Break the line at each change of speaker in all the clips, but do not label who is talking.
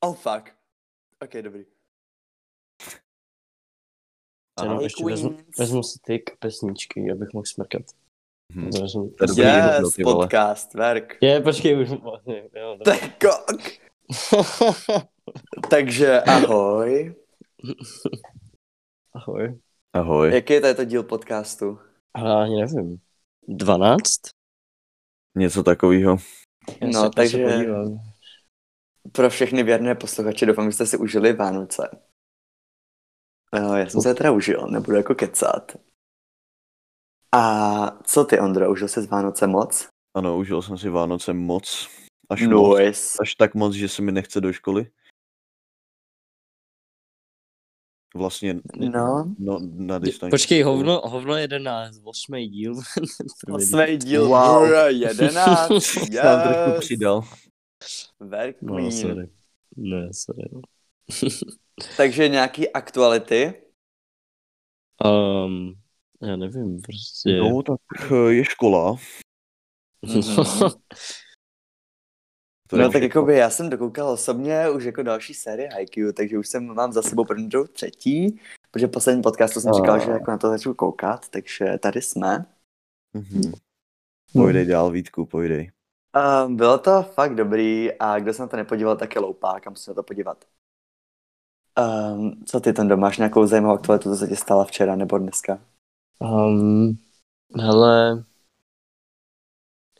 Oh fuck. Ok, dobrý.
Aha,
Hey,
ještě vezmu,
Queens.
vezmu si ty k pesničky, abych mohl smrkat.
Hm.
To vezmu-
To je dobrý
yes,
vůbec, ty vole.
podcast, verk.
Je, počkej, už vlastně, jo,
To
dobře.
je kok. Takže ahoj.
Ahoj.
Ahoj.
Jaký je tento díl podcastu?
Ale ani nevím. 12?
Něco takového.
Já
No,
se- já se
takže-
podívám.
Pro všechny věrné posluchače doufám, že jste si užili Vánoce. No, já jsem se je teda užil, nebudu jako kecat. A co ty, Ondro, užil jsi z Vánoce moc?
Ano, užil jsem si Vánoce moc. Až
No,
moc.
Nice.
Až tak moc, že se mi nechce do školy. Vlastně
No,
no, na distanci.
Počkej, hovno, hovno 11, osmý díl. První.
osmý díl,
Wow.
wow. 11, yes.
Tam trošku přidal.
Very
No,
queen.
sorry. Ne, sorry. no.
Takže nějaký aktuality?
Um, já nevím, prostě.
No, tak eh, je škola. To je
No tak
všechno.
jakoby já jsem dokoukal osobně už jako další série Haikyuu, takže už jsem mám za sebou první, druhou, třetí, protože poslední podcast to jsem říkal, že jako na to začnu koukat, takže tady jsme.
Mhm. Pojdej dál, Vítku, pojdej.
A bylo to fakt dobrý a kdo se na to nepodíval, tak je loupák a musí na to podívat. Um, co ty tam doma, máš nějakou zajímavou aktualitu, co se ti stala včera nebo dneska?
Um, hele,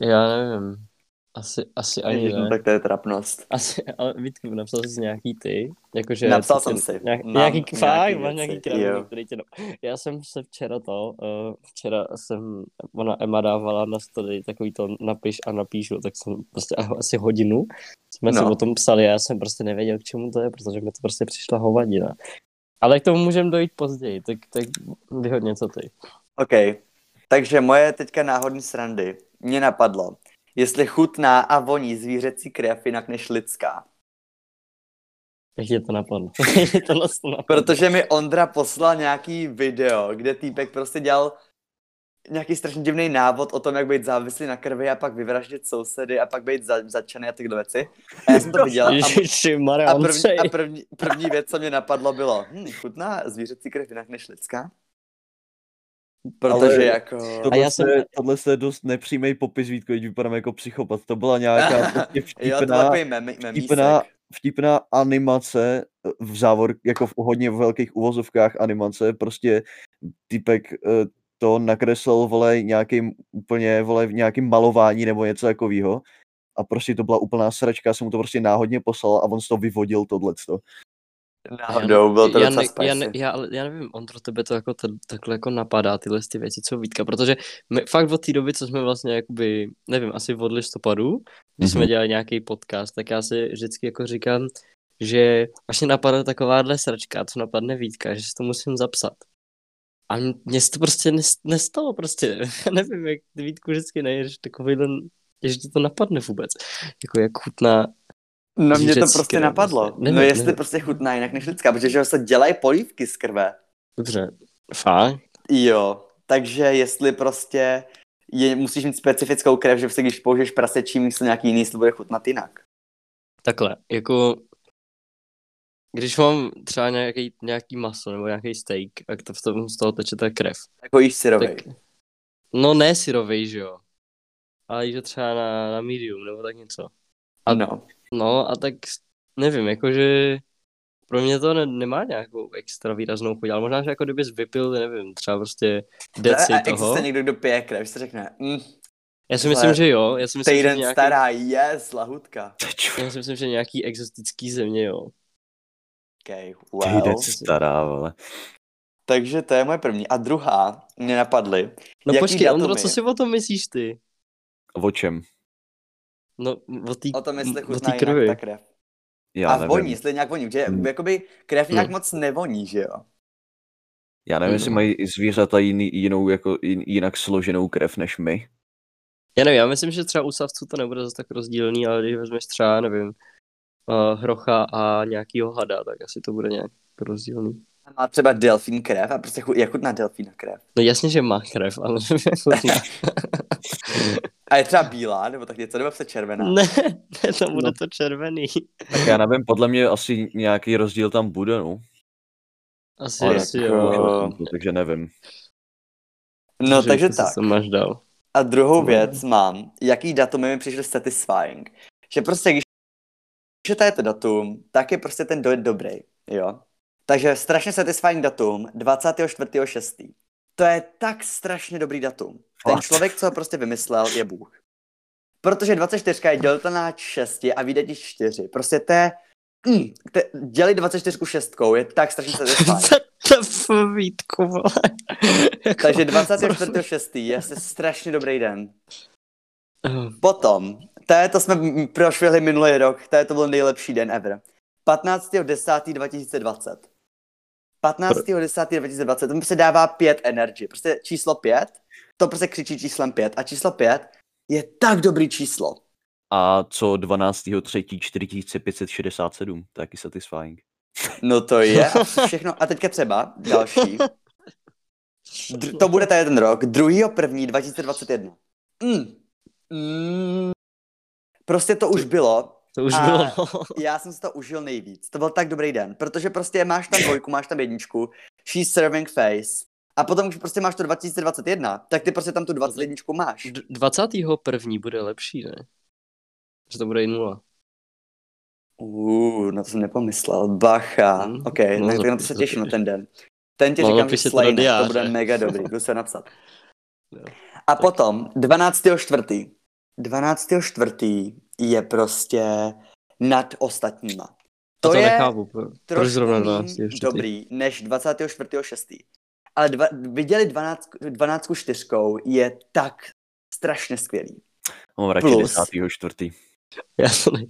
já nevím. Asi, asi ani
Ježiš,
ne.
no, tak to je trapnost.
Asi, ale Vítku, napsal jsi nějaký ty? Jakože
Napsal
co
jsem
tě-
si.
Nějak,
Mám
nějaký
nějaký
kvák,
věci,
máš nějaký
jo.
kraviny, který tě... dom- Já jsem se včera to, uh, včera jsem, ona Emma dávala na story takový to napiš a napíšu, tak jsem prostě a- asi hodinu jsme no. se
No.
o tom psali a já jsem prostě nevěděl, k čemu to je, protože mi to prostě přišla hovadina. Ale k tomu můžeme dojít později, tak, tak vyhod něco ty.
OK, takže moje teďka náhodný srandy. Mě napadlo, jestli chutná a voní zvířecí krev jinak než lidská.
Jak tě to napadlo? Jak to nás to napadlo?
Protože mi Ondra poslal nějaký video, kde týpek prostě dělal nějaký strašně divný návod o tom, jak být závislý na krvi a pak vyvraždit sousedy a pak být za, začaný a tyhle věci. A já jsem to viděl a,
Ježišmarja,
a, první,
Ondřej.
a první, první věc, co mě napadlo, bylo hm, chutná zvířecí krev jinak než lidská? Protože
Ale-
jako...
Tohle,
já jsem-
je, tohle je dost nepřímý popis, Vítku, když vypadáme jako psychopat. To byla nějaká prostě
Jo, to
vtipná,
takový mem, memísek.
vtipná, vtipná animace eh, v závor, jako v hodně velkých uvozovkách animace, prostě typek eh, to nakreslil, vole, nějakým úplně, vole, v nějakým malování nebo něco takového. A prostě to byla úplná sračka, já jsem mu to prostě náhodně poslal a on z toho vyvodil tohleto.
Náhodou, byl no, to docela
já, ne, já, ne,
spicy.
já, ale já nevím, Ondro, tebe to jako t- takhle jako napadá, tyhle ty věci, co Vítka, protože my, fakt od té doby, co jsme vlastně jakoby, nevím, asi od listopadu, když jsme
Mhm.
dělali nějaký podcast, tak já si vždycky jako říkám, že až mě napadne takováhle sračka, co napadne Vítka, že si to musím zapsat. A m- mně se to prostě nes- nestalo prostě, já nevím, jak ty Vítku vždycky neješ takovýhle, že ti to napadne vůbec, jako jak chutná,
No mě to
Zvířecí
prostě
krev,
napadlo.
vlastně. Nevím,
no jestli
nevím.
prostě chutná jinak než lidská, protože se dělají polívky z krve.
dobře, fakt,
Jo, takže jestli prostě je, musíš mít specifickou krev, že prostě když použiješ prasečí místo nějaký jiný, jestli bude chutnat jinak.
Takhle, jako když mám třeba nějaký, nějaký maso nebo nějaký steak, tak to v tom z toho teče ta krev.
Jako již syrovej.
Tak, no ne syrovej, že jo. Ale že třeba na, na medium nebo tak něco. a-
Ano.
No a tak nevím, jakože pro mě to ne, nemá nějakou extra výraznou chuť, ale možná, že jako kdybys vypil, nevím, třeba prostě deci
a
toho.
existuje někdo, kdo pije krev, že se řekne, mm,
Já si myslím,
ale
že jo, já si myslím, že
týden
nějaký,
stará, yes, lahutka.
já si myslím, že nějaký exotický země, jo.
Okay,
Týden
well.
stará, vole.
Takže to je moje první. A druhá, mě napadly.
No
Jaký
počkej, Ondro,
datumy?
co si o tom myslíš ty?
O čem?
No, o té
O tom, jestli
o
chutná
té
jinak
krvi.
ta krev.
Já
a
nevím.
voní, jestli nějak voní, že
Hmm.
jakoby krev nějak
Hmm.
moc nevoní, že jo?
Já nevím, jestli
Mm.
mají i zvířata jiný, jinou, jako jin- jinak složenou krev než my.
Já nevím, já myslím, že třeba u savců to nebude zase tak rozdílný, ale když vezmeš třeba, nevím, uh, hrocha a nějakýho hada, tak asi to bude nějak rozdílný.
A má třeba delfín krev a prostě chu- jak chutná delfína krev.
No jasně, že má krev, ale nevím, jak to říct.
A je třeba bílá, nebo tak něco, nebo se červená.
Ne, ne, to bude
No.
to červený.
Tak já nevím, podle mě asi nějaký rozdíl tam bude, no.
Asi,
Ale
asi
tak,
jo.
eh,
Použil jsem to, takže nevím.
No, takže
co
tak.
jsem máš dal.
A druhou
No.
věc mám, jaký datum mi přišlo satisfying. Že prostě, když píšete to datum, tak je prostě ten dojet dobrý, jo. Takže strašně satisfying datum, 24.6. To je tak strašně dobrý datum. Ten
Fakt.
člověk, co ho prostě vymyslel, je Bůh. Protože 24 je dělitelná 6 a vyjde ti 4. Prostě to je... Mm, te, dělit 24 šestkou je tak strašně satisfying.
Tak to f- Vítku, vole. Jako,
Takže 24.6. je asi strašně dobrý den.
eh,
Potom, to, je, to jsme m- prošvihli minulý rok, to, je, to byl nejlepší den ever. 15.10.2020. 15.10.2020, tomu se prostě dává 5 energy. Prostě číslo 5, to prostě křičí číslem 5. A číslo 5 je tak dobrý číslo.
A co 12. 3. 4567, taky satisfying.
No to je a všechno. A teďka třeba další. Dr- to bude tady ten rok. 2. první 2021. Mm. Mm. Prostě to už bylo.
to už
A-
bylo. no.
Já jsem si to užil nejvíc. To byl tak dobrý den, protože prostě máš tam dvojku, máš tam jedničku, she's serving face. A potom, když prostě máš to 2021, tak ty prostě tam tu 21 máš.
D- 21. bude lepší, ne? Že to bude i nula.
Uuu, na to jsem nepomyslel. Bacha.
Mm.
OK,
No,
tak, tak na to
zapíš,
se těším na
zapíš.
ten den. Ten tě
No,
říkám, že
napiš si to
slejne,
do
to
diáře.
bude mega dobrý, jdu se napsat.
Jo,
A potom, 12. čtvrtý. 12. čtvrtý je prostě nad ostatníma.
To, to
je-
nechápu, pro, proč
trošku
zrovna
míň
12 ještě ty?
dobrý než 24.6. Ale dva, viděli 12, 12 čtyřkou je tak strašně skvělý.
Mám radši
Plus.
10. 4.
Já to ne...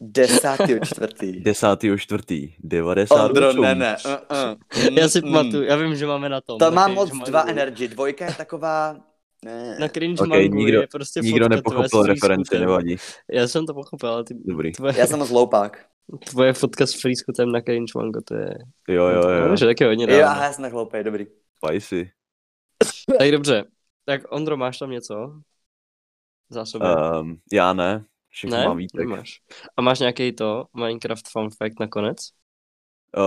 10. čtvrtý.
10. 4. 90.
Ondro, ne, ne. Uh, uh.
Já si
Mm,
pamatuju,
mm.
já vím, že máme na tom.
To má
taky,
moc
že máme-
dva energy. Dvojka je taková... Ne.
Na cringe
Ok,
okay, mangu
nikdo-
je prostě
Nikdo
fotka
nepochopil
tvoje s
referenci,
frýskutem.
nevadí.
Já jsem to pochopil, ale ty,
Dobrý.
tvoje,
Já jsem moc loupák.
tvoje fotka s frýskutem na cringe mango, to je...
Jo, jo, jo.
Že taky hodně
Jo,
dávno.
aha, já jsem tak hloupý, dobrý.
Spicy.
Tak dobře, tak Ondro, máš tam něco? Zásoby.
Um, já ne. Všechno
ne,
Eh, mám výtek.
nemáš. A máš nějaký to Minecraft fun fact nakonec?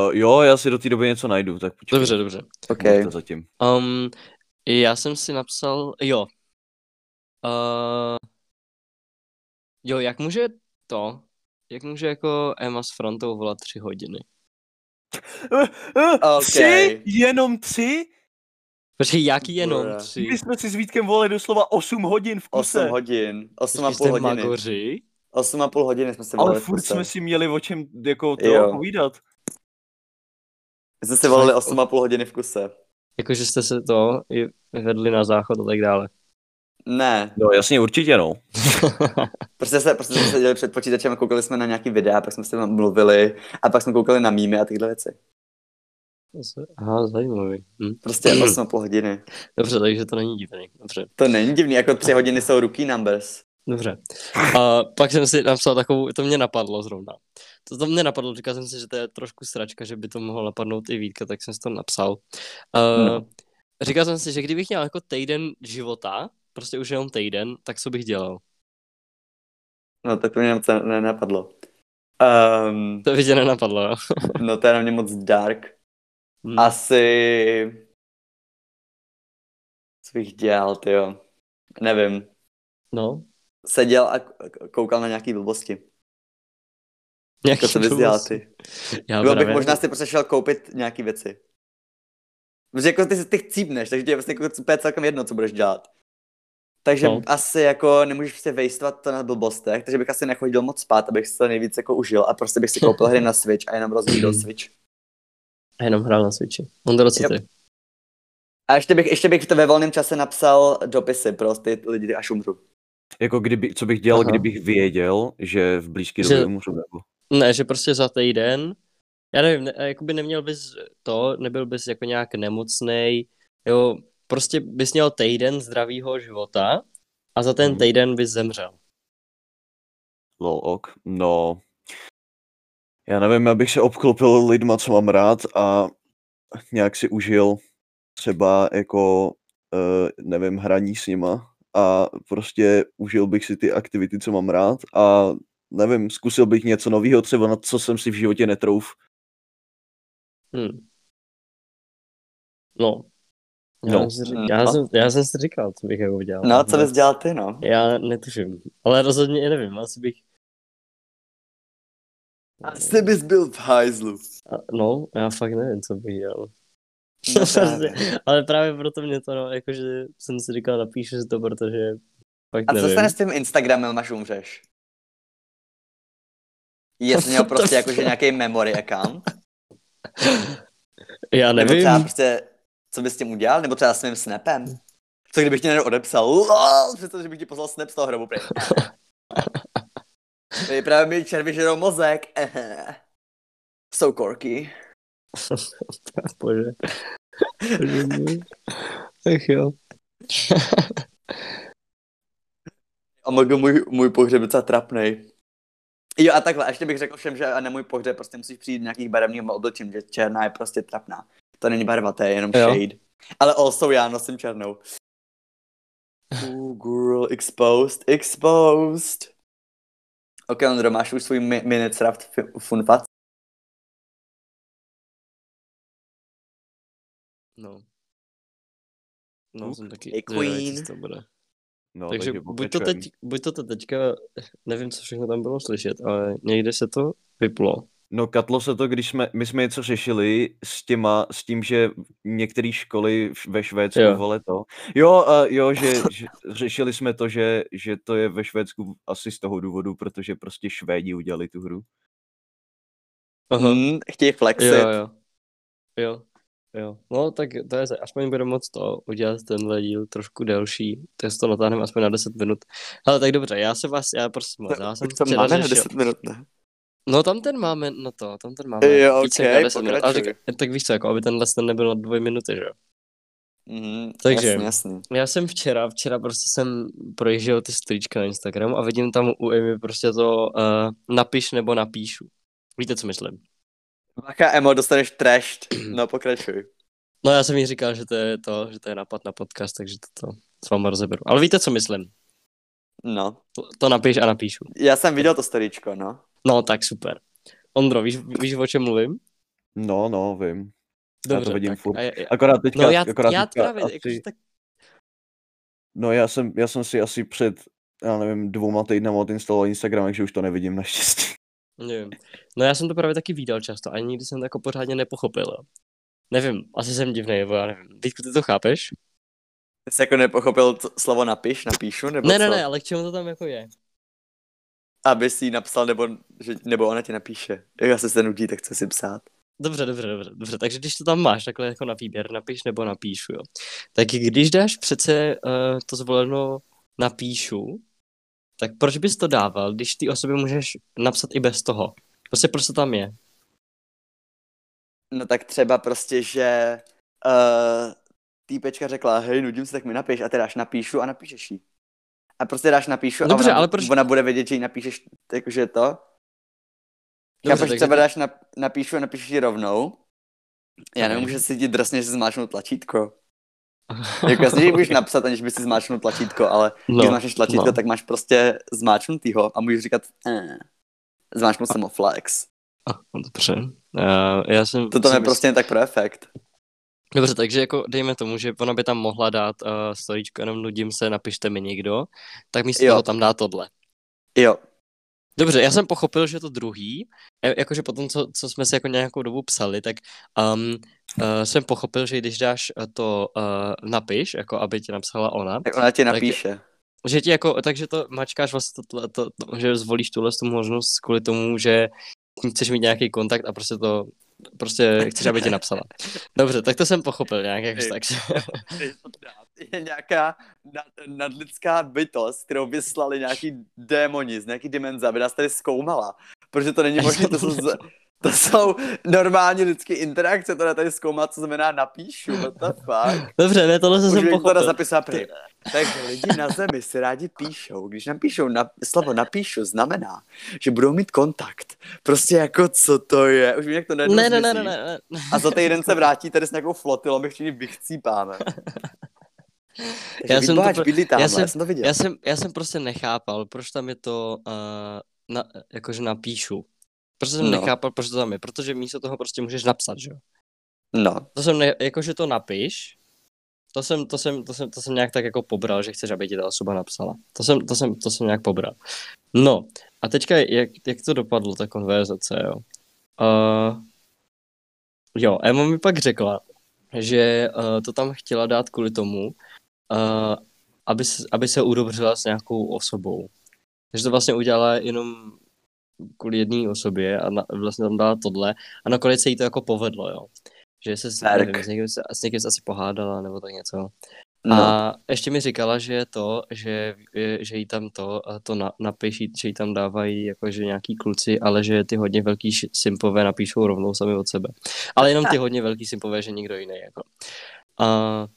Uh, jo, já si do té doby něco najdu, tak počkej.
Dobře, dobře.
OK.
To zatím.
Um, já jsem si napsal, jo. Uh, jo, jak může to, jak může jako Emma s frontou volat tři hodiny?
Ok.
Tři? Jenom tři?
Protože jaký jenom
Bra.
tři?
My jsme si s Vítkem volali doslova 8 hodin v
8
kuse.
hodin. 8,5
Jste
hodiny.
magoři?
8,5 hodiny jsme se volali.
Ale
v
furt
kuse.
jsme si měli o čem jako to
Jo.
povídat.
My jsme se volali 8,5 hodiny v kuse.
Jakože jste se to i vedli na záchod a tak dále.
Ne,
No jasně, určitě no.
Prostě, se, prostě jsme seděli před počítačem a koukali jsme na nějaký videa, pak jsme se tam mluvili a pak jsme koukali na mýmy a tyhle věci.
To se- Aha, zajímavý. Hm.
Prostě 8,5 hodiny.
Dobře, takže to není divný. Dobře,
To není divný, jako tři hodiny jsou rookie numbers.
dobře. A pak jsem si napsal takovou, to mě napadlo zrovna. To, to mě napadlo, říkal jsem si, že to je trošku sračka, že by to mohlo napadnout i Vítka, tak jsem si to napsal. Uh,
No.
Říkal jsem si, že kdybych měl jako týden života, prostě už jenom týden, tak co bych dělal?
No tak to mě moc ne- nenapadlo. Um,
To by tě nenapadlo, jo?
no to je na mě moc dark.
Hm.
Asi... Co bych dělal, tyjo? Nevím.
No,
Seděl a k- k- koukal na nějaký blbosti.
nějaký
To co bys dělal ty?
Já
Bylo bych
právě-
možná si prostě šel koupit nějaký věci. Protože jako ty, ty chcípneš, takže ti je vlastně jako úplně celkem jedno, co budeš dělat. Takže
No.
no. asi jako nemůžeš se vejstvat to na blbostech, takže bych asi nechodil moc spát, abych se to nejvíc jako užil a prostě bych si koupil hry na Switch a jenom rozvíjel Switch.
A jenom hrál na Switchi. Ondro, co
Jo.
ty?
A ještě bych, ještě bych to ve volném čase napsal dopisy pro ty lidi, až umřu.
Jako kdyby, co bych dělal,
Aha.
Aha. kdybych věděl, že v blízké
Že-
době umřu. Nebo...
Ne, že prostě za týden, já nevím, ne, jakoby neměl bys to, nebyl bys jako nějak nemocnej, jo, prostě bys měl týden zdravýho života a za ten
Mhm.
týden bys zemřel.
Lol, ok. No, já nevím, abych se obklopil lidma, co mám rád a nějak si užil třeba jako, uh, nevím, eh, hraní s nima a prostě užil bych si ty aktivity, co mám rád a nevím, zkusil bych něco nového, třeba na co jsem si v životě netrouf.
Hmm. No. Já,
No.
si, ři- já,
No.
jsem, já jsem si říkal, co bych jako udělal.
No, co bys dělal ty, no?
Já netuším, ale rozhodně i nevím, asi bych...
Asi bys byl v hajzlu.
A- No, já fakt nevím, co bych dělal.
No, právě.
ale právě proto mě to, no, jakože jsem si říkal, napíšu si to, protože fakt
A co
nevím.
stane s tím Instagramem, až umřeš? Jestli měl
What the
prostě
fuck?
jakože nějaký memory account?
Já
Nebo
nevím.
třeba prostě, co bys s tím udělal? Nebo třeba s mým snapem? Co kdybych ti najednou odepsal? LOL, přestože bych ti poslal snap z toho hrobu pryč. Tady právě mi červy žerou mozek. Jsou korky.
Bože. Bože můj. Ach jo.
A mogu můj, můj pohřeb je docela trapnej. Jo a takhle, ještě bych řekl všem, že na můj pohřeb prostě musíš přijít v nějakých barevných oblečím, že černá je prostě trapná. To není barva, to je jenom
Jo.
shade. Ale also já nosím černou. Ooh, girl, exposed, exposed. Ok, Ondro, máš už svůj mi- minicraft fi- fun fact?
No. No,
Kluk.
jsem taky
Hey,
zvědavý, co
Queen.
z toho bude.
No,
Takže buď to, teď, buď to to teďka, nevím, co všechno tam bylo slyšet, ale někde se to vyplo.
No katlo se to, když jsme, my jsme něco řešili s těma, s tím, že některé školy v- ve Švédsku,
Jo.
jo. vole to. Jo, a jo, že, že řešili jsme to, že, že to je ve Švédsku asi z toho důvodu, protože prostě Švédi udělali tu hru.
Aha.
Hmm, chtějí flexit.
Jo, jo. Jo, jo. No, tak to je, aspoň budeme moc to udělat tenhle díl trošku delší, tak si to natáhneme aspoň na 10 minut. Ale tak dobře, já se vás, já prosím vás, já jsem
Už to
včera
máme na
řešil-
10 minut, ne?
No tam ten máme, no to, tam ten máme.
Jo,
víc
okej,
jak na 10 minut. Ale tak,
pokračuj.
tak víš co, jako aby tenhle ten nebyl na dvě minuty, že jo.
Mm,
Takže-
Jasně, jasně.
Já jsem včera, včera prostě jsem projížděl ty storíčka na Instagramu a vidím tam u Amy prostě to uh, napiš nebo napíšu. Víte, co myslím?
Bacha, Emo, dostaneš trash. No, pokračuj.
No já jsem jí říkal, že to je to, že to je nápad na podcast, takže to, to s váma rozeberu. Ale víte, co myslím?
No.
To, to napiš a napíšu.
Já jsem viděl to storíčko, no.
No tak super. Ondro, víš, víš o čem mluvím?
No, no, vím. Já to vidím
tak
furt.
A, já- já-
Akorát teďka,
no já,
akorát
já
teďka
právě,
asi,
jakože tak
no já jsem, já jsem si asi před, já nevím, dvouma týdnama odinstaloval Instagram, takže už to nevidím naštěstí.
Nevím. No já jsem to právě taky viděl často a nikdy jsem to jako pořádně nepochopil. jo. Nevím, asi jsem divný, nebo já nevím. Vítku, ty to chápeš?
Ty jsi jako nepochopil co, slovo napiš, napíšu, nebo
Ne, ne,
No co?
ne, ale k čemu to tam jako je?
Aby si ji napsal, nebo, že, nebo ona ti napíše. Jak se se nudí, tak chce si psát.
Dobře, dobře, dobře, dobře. Takže když to tam máš takhle jako na výběr, napiš nebo napíšu, jo. Tak když dáš přece uh, to zvoleno napíšu, tak proč bys to dával, když ty osobě můžeš napsat i bez toho? Prostě proč to tam je?
No tak třeba prostě, že uh, týpečka řekla, hej, nudím se, tak mi napiš a ty dáš napíšu a napíšeš jí. A prostě dáš napíšu
Dobře,
a ona,
ale proč-
ona bude vědět, že jí napíšeš, jakože to.
Dobře,
Dobře,
takže
třeba
ty-
dáš na, napíšu a napíšeš ji rovnou. Já nevím,
Ok.
že si ti drsně, že zmáčknout tlačítko. Jako jasně, že můžeš napsat, aniž bys si zmáčknul tlačítko, ale Když
no,
zmáčneš tlačítko,
no.
tak máš prostě zmáčnutýho a můžeš říkat eh. Zmáčknul jsem ho flex.
dobře. Uh, já jsem...
To tam
jsem
je prostě jen tak pro efekt.
Dobře, takže jako dejme tomu, že ona by tam mohla dát uh, storíčko, jenom nudím se, napište mi někdo, tak místo
Jo.
toho tam dá tohle.
Jo,
Dobře, já jsem pochopil, že to druhý, e- jakože potom, co, co jsme si jako nějakou dobu psali, tak um, uh, jsem pochopil, že když dáš eh, to uh, napiš, jako aby ti napsala ona,
tak ona ti
Tak-
napíše.
že ti jako, takže to mačkáš vlastně to, to, to, to že zvolíš tuhle tu možnost kvůli tomu, že s ní chceš mít nějaký kontakt a prostě to, prostě chceš, aby ti napsala. Dobře, tak to jsem pochopil nějak, jakože tak.
Je nějaká nad, nadlidská bytost, kterou vyslali nějaký démoni z nějaký dimenze, aby nás tady zkoumala. Protože to není možné, to jsou, z- to jsou normální lidské interakce, to tady zkoumat, co znamená napíšu, what the fuck.
Dobře, ne, tohle jsem
Už bych to
pochopil.
zapisal prý. Takže lidi na zemi si rádi píšou. Když napíšou, na, slovo napíšu znamená, že budou mít kontakt. Prostě jako, co to je? Už vím, jak to najednou
Ne, ne, ne, ne,
zmizí.
ne, ne.
A za týden se vrátí tady s nějakou flotilou, my všichni vychcípáme. Takže
Já jsem to
Výboháč
pro-
bydlí tamhle, já
jsem-
jsem, to viděl.
Já jsem, já jsem prostě nechápal, proč tam je to, uh, na, jakože napíšu. Prostě jsem
No.
no. nechápal, proč to tam je, protože místo toho prostě můžeš napsat, že jo.
No,
To jsem, ne, jakože to napiš, to jsem, to, jsem, to, jsem, to jsem nějak tak jako pobral, že chceš, aby ti ta osoba napsala. To jsem, to jsem, to jsem nějak pobral. No, a teďka, jak, jak to dopadlo, ta konverzace, jo. Uh, jo, Emma mi pak řekla, že uh, to tam chtěla dát kvůli tomu, uh, aby, s- aby se udobřila s nějakou osobou. Takže to vlastně udělala jenom kvůli jedné osobě a na, vlastně tam dala tohle a nakonec se jí to jako povedlo, jo. Že se s,
Perk.
nevím, s, někým, se- s někým se asi pohádala nebo tak něco.
no. A...
A ještě mi říkala, že je to, že, e, že jí tam to, a to na, napíší, že jí tam dávají jakože nějaký kluci, ale že ty hodně velký š- simpové napíšou rovnou sami od sebe. Ale jenom ty hodně velký simpové, že nikdo jiný jako. A...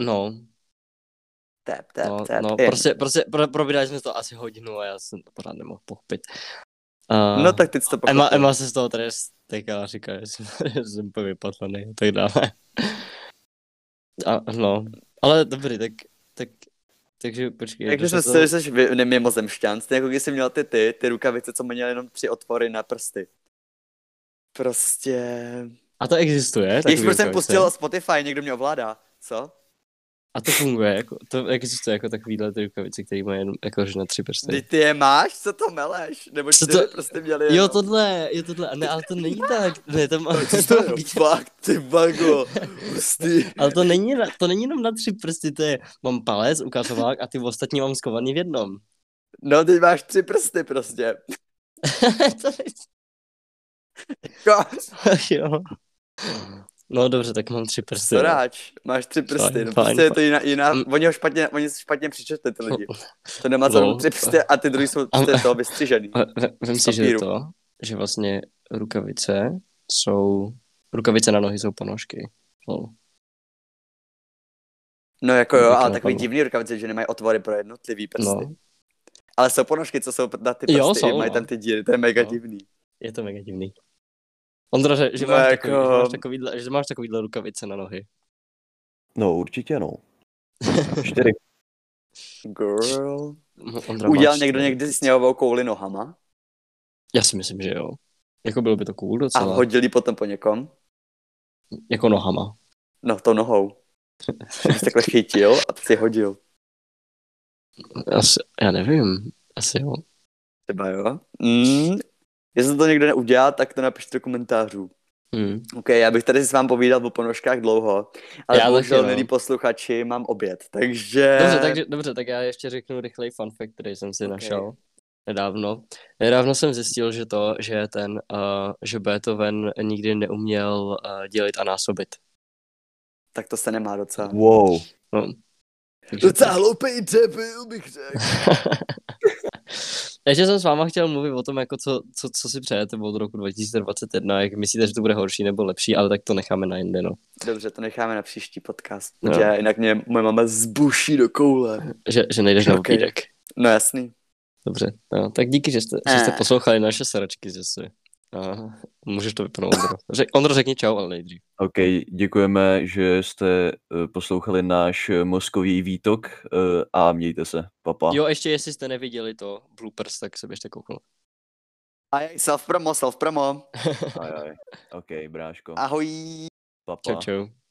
No,
Tap, tap,
no,
tap,
no
in.
prostě, prostě pro, probírali jsme to asi hodinu a já jsem to pořád nemohl pochopit. A...
no tak teď jsi to
Emma,
pochopil.
Emma se z toho tady steká a říká, že jsem, že jsem úplně vypatlaný a tak dále. A, no, ale dobrý, tak, tak, takže počkej.
Takže jsme
došlo
si, že jsi vy- ne- mimozemšťan, stejně jako když jsi měl ty, ty, ty rukavice, co měly jenom tři otvory na prsty. Prostě...
A to existuje?
Když
takový
proč jsem
koncept?
pustil Spotify, někdo mě ovládá, co?
A to funguje, jako, to existuje jako takovýhle ty rukavice, který má jenom jakože na tři prsty.
Teď ty je máš, co to meleš? Nebo
Co
co
to-
to... prostě měli
Jo,
jenom.
tohle, jo, tohle, ne, ale to není tak, ne, tam,
To je- to je fakt, ty bago, hustý.
ale to není, na- to není jenom na tři prsty, to je, mám palec, ukazovák a ty ostatní mám skovaný v jednom.
No, teď máš tři prsty prostě.
to je
Ko-
Ach jo. No dobře, tak mám tři prsty. no.
Soráč, máš tři prsty,
Fajn,
no,
fajn,
prostě je to jiná, jiná
Mm.
oni ho špatně, oni si špatně přečetli ty lidi. To nemá no.
No.
tři prsty a ty druhý jsou prostě toho vystřižený.
A ve- Vem si, že je
Papíru.
to, že vlastně rukavice jsou, rukavice na nohy jsou ponožky. No.
No jako jo,
To
ale
mi
takový
napadlo.
divný rukavice, že nemají otvory pro jednotlivý prsty.
no,
No. Ale jsou ponožky, co jsou na ty prsty,
Jo, jsou,
i mají
no.
tam ty díry, to je mega
No.
no. divný.
je to mega divný. Ondro, že, že,
No
máš,
jako-
takový, že, máš takovýhle, že máš takovýhle rukavice na nohy.
No určitě no. Čtyři.
Girl.
Ondra,
Udělal
máš-
někdo někdy sněhovou kouli nohama
Já si myslím, že jo. Jako bylo by to cool
a
docela.
hodil ji potom po někom?
Jako nohama.
No, to nohou. Že bys takhle chytil a ty si hodil.
Asi, já nevím. Asi jo.
Třeba jo. Mm. Jestli to někdo neudělá, tak to napište do komentářů.
Hmm.
OK, já bych tady s vám povídal o ponožkách dlouho, ale
Já
já
taky,
bohužel,
no.
milí posluchači, mám oběd, takže...
Dobře, takže, dobře, tak já ještě řeknu rychlej fun fact, který jsem si
Eh, Ok.
okay. našel nedávno. Nedávno jsem zjistil, že to, že ten, uh, že Beethoven nikdy neuměl uh, dělit a násobit.
Tak to se nemá docela.
Wow.
Takže
Docela hloupý debil bych řekl.
Ještě jsem s váma chtěl mluvit o tom, jako co, co, co si přejete od roku 2021, jak myslíte, že to bude horší nebo lepší, ale tak to necháme na jinde, no.
Dobře, to necháme na příští podcast,
Jo.
protože jinak mě moje mama zbuší do koule.
Že, že nejdeš na
Ok.
opídek.
No jasný.
Dobře, no, tak díky, že jste, že jste
Eh.
poslouchali naše sračky zase. A můžeš to vypnout, Ondro. Řek, Ondro, řekni čau, ale nejdřív.
OK, děkujeme, že jste eh, poslouchali náš eh, mozkový výtok eh, a mějte se. Papa.
Jo, ještě jestli jste neviděli to bloopers, tak se běžte kouknout.
A jak self promo, self promo.
Aj, aj. OK, bráško.
Ahoj.
Papa.
Čau, čau.